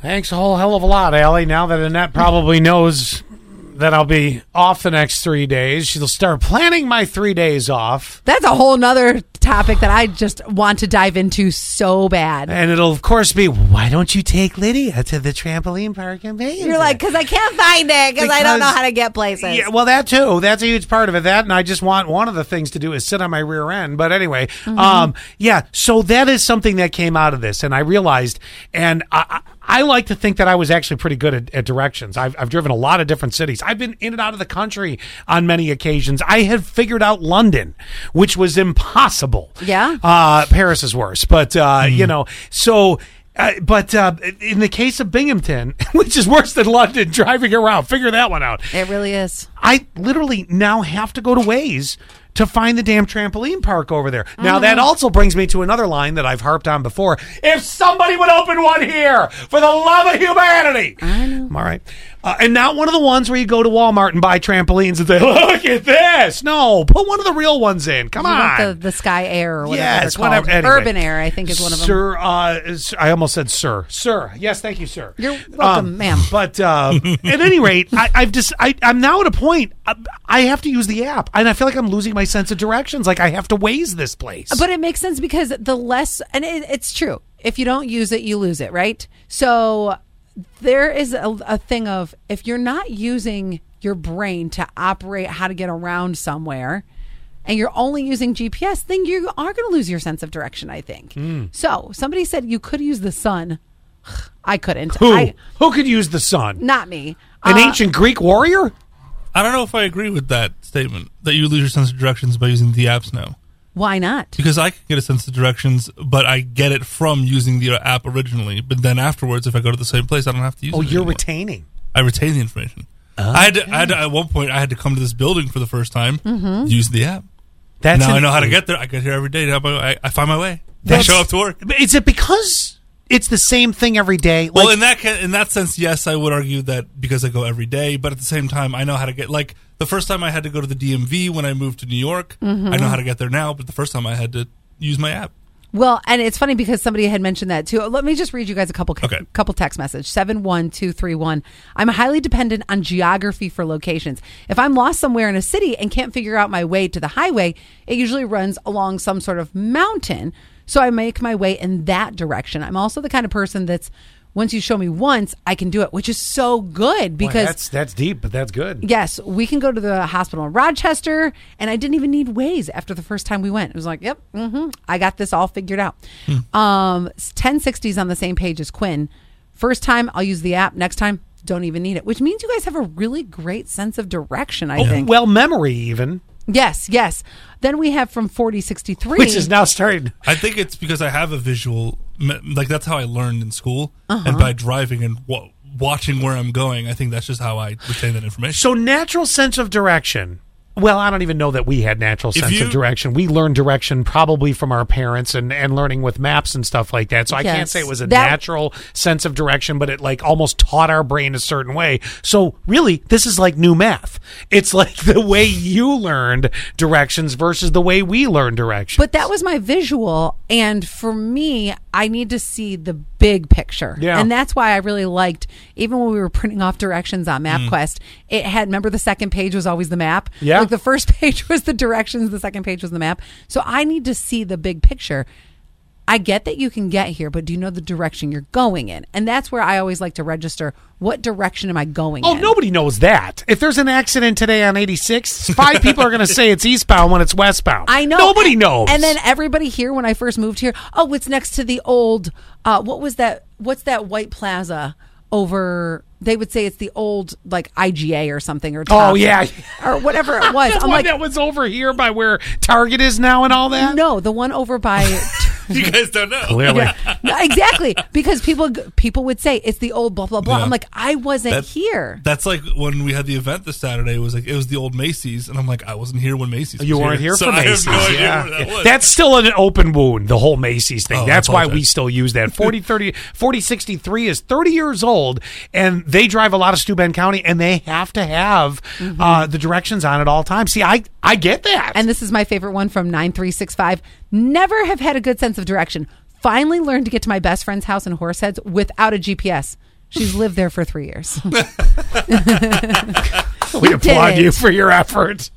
Thanks a whole hell of a lot, Allie. Now that Annette probably knows that I'll be off the next three days, she'll start planning my three days off. That's a whole nother topic that I just want to dive into so bad. And it'll, of course, be why don't you take Lydia to the trampoline park in Vegas? You're like, because I can't find it because I don't know Because- how to get places. Yeah, well, that too. That's a huge part of it. That, and I just want one of the things to do is sit on my rear end. But anyway, Mm-hmm. um, yeah. So that is something that came out of this, and I realized, and I, I I like to think that I was actually pretty good at, at directions. I've, I've driven a lot of different cities. I've been in and out of the country on many occasions. I had figured out London, which was impossible. Yeah. Uh, Paris is worse, but uh, you know, so. Uh, but uh, in the case of Binghamton, which is worse than London, driving around, figure that one out. It really is. I literally now have to go to Waze to find the damn trampoline park over there. Now Mm. that also brings me to another line that I've harped on before. If somebody would open one here, for the love of humanity, I know. all right, uh, and not one of the ones where you go to Walmart and buy trampolines and say, "Look at this." No, put one of the real ones in. Come You on, want the, the sky air or whatever. yes, they're called. whatever. Anyway. Urban air, I think, is one of them. Sir, uh, is- I almost said sir. Sir, yes, thank you, sir. You're welcome, Um, ma'am. But uh, at any rate, I, I've just I, I'm now at a point. I, I have to use the app, and I feel like I'm losing my sense of directions. Like I have to ways this place. But it makes sense because the less, and it, it's true. If you don't use it, you lose it, right? So there is a, a thing of if you're not using your brain to operate how to get around somewhere, and you're only using GPS, then you are going to lose your sense of direction. I think. Hmm. So somebody said you could use the sun. I couldn't. who I, who could use the sun? not me. An Uh, ancient Greek warrior? I don't know if I agree with that statement that you lose your sense of directions by using the apps now. why not? Because I could get a sense of directions, but I get it from using the app originally. But then afterwards, if I go to the same place, I don't have to use Oh, it. you're anymore. retaining. I retain the information. I, had to, I had to- at one point I had to come to this building for the first time. Use the app. Mm-hmm. That's now I an- know how to get there. I get here every day. Now I, I- I find my way. I That's- show up to work. Is it because it's the same thing every day? Like, well, in that ca- in that sense, yes, I would argue that because I go every day. But at the same time, I know how to get like the first time I had to go to the DMV when I moved to New York. Mm-hmm. I know how to get there now, but the first time I had to use my app. Well, and it's funny because somebody had mentioned that too. Let me just read you guys a couple Okay. couple text message. 71231. I'm highly dependent on geography for locations. If I'm lost somewhere in a city and can't figure out my way to the highway, it usually runs along some sort of mountain, so I make my way in that direction. I'm also the kind of person that's once you show me once, I can do it, which is so good boy, because that's that's deep, but that's good. Yes, we can go to the hospital in Rochester, and I didn't even need Waze after the first time we went. It was like, yep, hmm I got this all figured out. Hmm. Um, 1060 is on the same page as Quinn. First time, I'll use the app. Next time, don't even need it, which means you guys have a really great sense of direction, I think. Well, memory even, yes, yes. Then we have from 4063. which is now starting. I think it's because I have a visual, me- like that's how I learned in school, Uh-huh. and by driving and wa watching where I'm going, I think that's just how I retain that information. So natural sense of direction. Well, I don't even know that we had natural sense you- of direction. We learned direction probably from our parents and, and learning with maps and stuff like that. So I can't Yes. say it was a That- natural sense of direction, but it like almost taught our brain a certain way. So really, this is like new math. It's like the way you learned directions versus the way we learned directions. But that was my visual. And for me, I need to see the big picture. Yeah. And that's why I really liked, even when we were printing off directions on MapQuest, it had, remember the second page was always the map? Mm. Yeah. Like the first page was the directions, the second page was the map. So I need to see the big picture. I get that you can get here, but do you know the direction you're going in? And that's where I always like to register what direction am I going Oh, in? nobody knows that. If there's an accident today on 86, five people are going to say it's eastbound when it's westbound. I know. Nobody And- knows. And then everybody here when I first moved here, oh, it's next to the old uh what was that what's that white plaza over they would say it's the old like IGA or something or Tops Oh, yeah. or whatever it was. That's I'm why like that was over here by where Target is now and all that. no, the one over by you guys don't know. No, exactly because people people would say it's the old blah blah blah. Yeah. I'm like I wasn't That- here. That's like when we had the event this Saturday. It was like it was the old Macy's, and I'm like, I wasn't here when Macy's. You was weren't here so for I have Macy's. no idea yeah. where that was. That's still an open wound, the whole Macy's thing. Oh, I That's why apologize. we still use that. 40, 30, 40, 63 is 30 years old, and they drive a lot of Steuben County, and they have to have uh, the directions on at all times. See, I, I get that. Mm-hmm. And this is my favorite one from 9365. Never have had a good sense of direction. Finally learned to get to my best friend's house in Horseheads without a GPS. She's lived there for three years. we applaud did it. you for your effort.